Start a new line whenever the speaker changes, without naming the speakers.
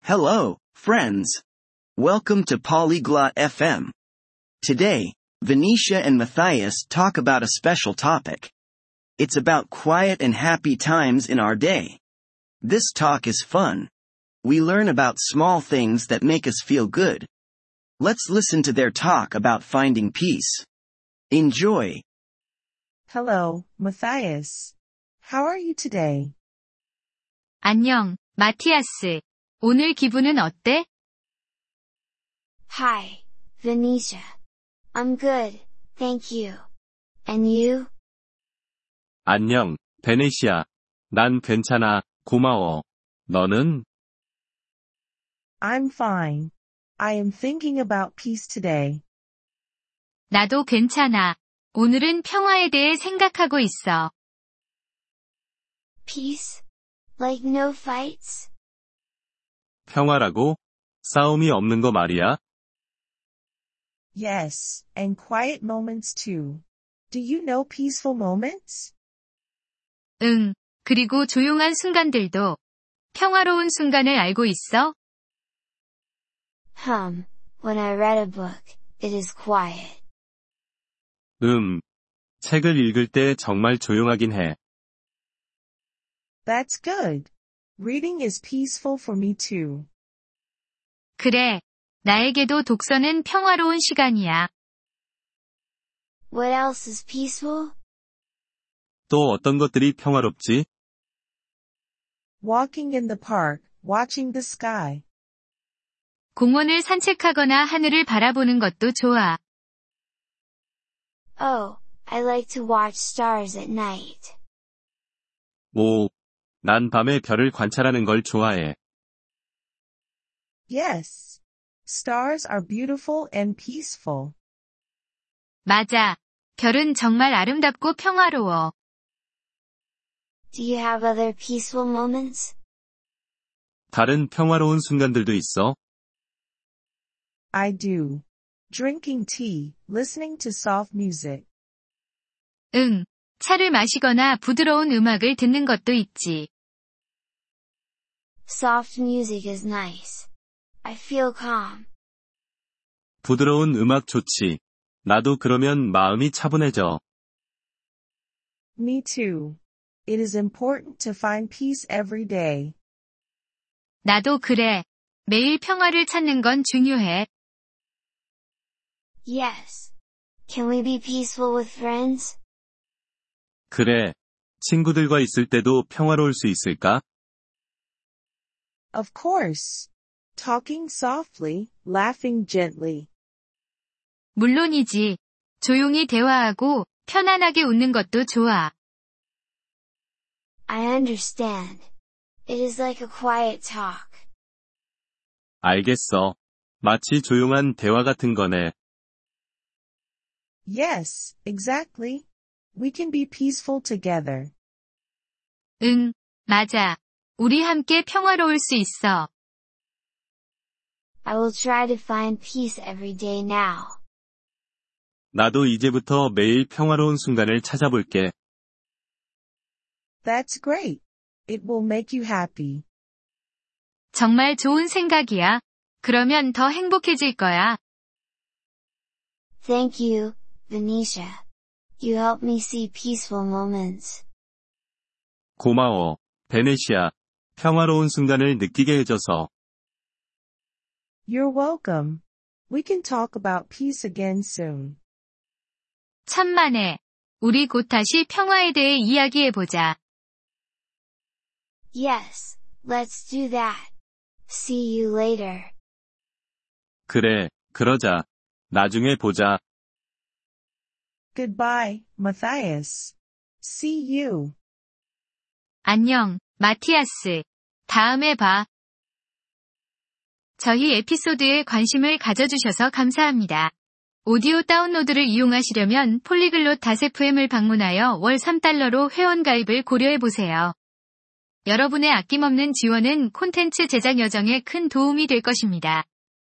Hello, friends. Welcome to Polyglot FM. Today, Venetia and Matthias talk about a special topic. It's about quiet and happy times in our day. This talk is fun. We learn about small things that make us feel good. Let's listen to their talk about finding peace. Enjoy.
Hello, Matthias. How are you today?
안녕, 마티아스. 오늘 기분은 어때?
Hi, Venetia. I'm good, thank you. And you?
안녕, 베네시아. 난 괜찮아, 고마워. 너는?
I'm fine. I am thinking about peace today.
나도 괜찮아. 오늘은 평화에 대해 생각하고 있어.
Peace? Like no fights?
평화라고? 싸움이 없는 거 말이야?
Yes, and quiet moments too. Do you know peaceful moments?
응. 그리고 조용한 순간들도. 평화로운 순간을 알고 있어?
Hum, when I read a book, it is quiet.
음. 책을 읽을 때 정말 조용하긴 해.
That's good. Reading is peaceful for me too.
그래. 나에게도 독서는 평화로운 시간이야.
What else is peaceful?
또 어떤 것들이 평화롭지?
Walking in the park, watching the sky.
공원을 산책하거나 하늘을 바라보는 것도 좋아.
Oh, I like to watch stars at night.
오. 난 밤에 별을 관찰하는 걸 좋아해.
Yes. Stars are beautiful and peaceful.
맞아. 별은 정말 아름답고 평화로워.
Do you have other peaceful moments?
다른 평화로운 순간들도 있어.
I do. Drinking tea, listening to soft music.
응. 차를 마시거나 부드러운 음악을 듣는 것도 있지.
Soft music is nice. I feel calm.
부드러운 음악 좋지. 나도 그러면 마음이 차분해져.
Me too. It is important to find peace every day.
나도 그래. 매일 평화를 찾는 건 중요해.
Yes. Can we be peaceful with friends?
그래. 친구들과 있을 때도 평화로울 수 있을까?
Of course. Talking softly, laughing gently.
물론이지. 조용히 대화하고 편안하게 웃는 것도 좋아.
I understand. It is like a quiet talk.
알겠어. 마치 조용한 대화 같은 거네.
Yes, exactly. We can be peaceful together.
응, 맞아. 우리 함께 평화로울 수 있어.
I will try to find peace every day now.
나도 이제부터 매일 평화로운 순간을 찾아볼게.
That's great. It will make you happy.
정말 좋은 생각이야. 그러면 더 행복해질 거야.
Thank you, Venetia. You help me see peaceful moments.
고마워. 베네시아. 평화로운 순간을 느끼게 해줘서.
You're welcome. We can talk about peace again soon.
천만에. 우리 곧 다시 평화에 대해 이야기해보자.
Yes, let's do that. See you later.
그래, 그러자. 나중에 보자.
Goodbye, Matthias. See you.
안녕, 마티아스. 다음에 봐. 저희 에피소드에 관심을 가져주셔서 감사합니다. 오디오 다운로드를 이용하시려면 폴리글롯 다세프엠을 방문하여 월 3달러로 회원가입을 고려해보세요. 여러분의 아낌없는 지원은 콘텐츠 제작 여정에 큰 도움이 될 것입니다.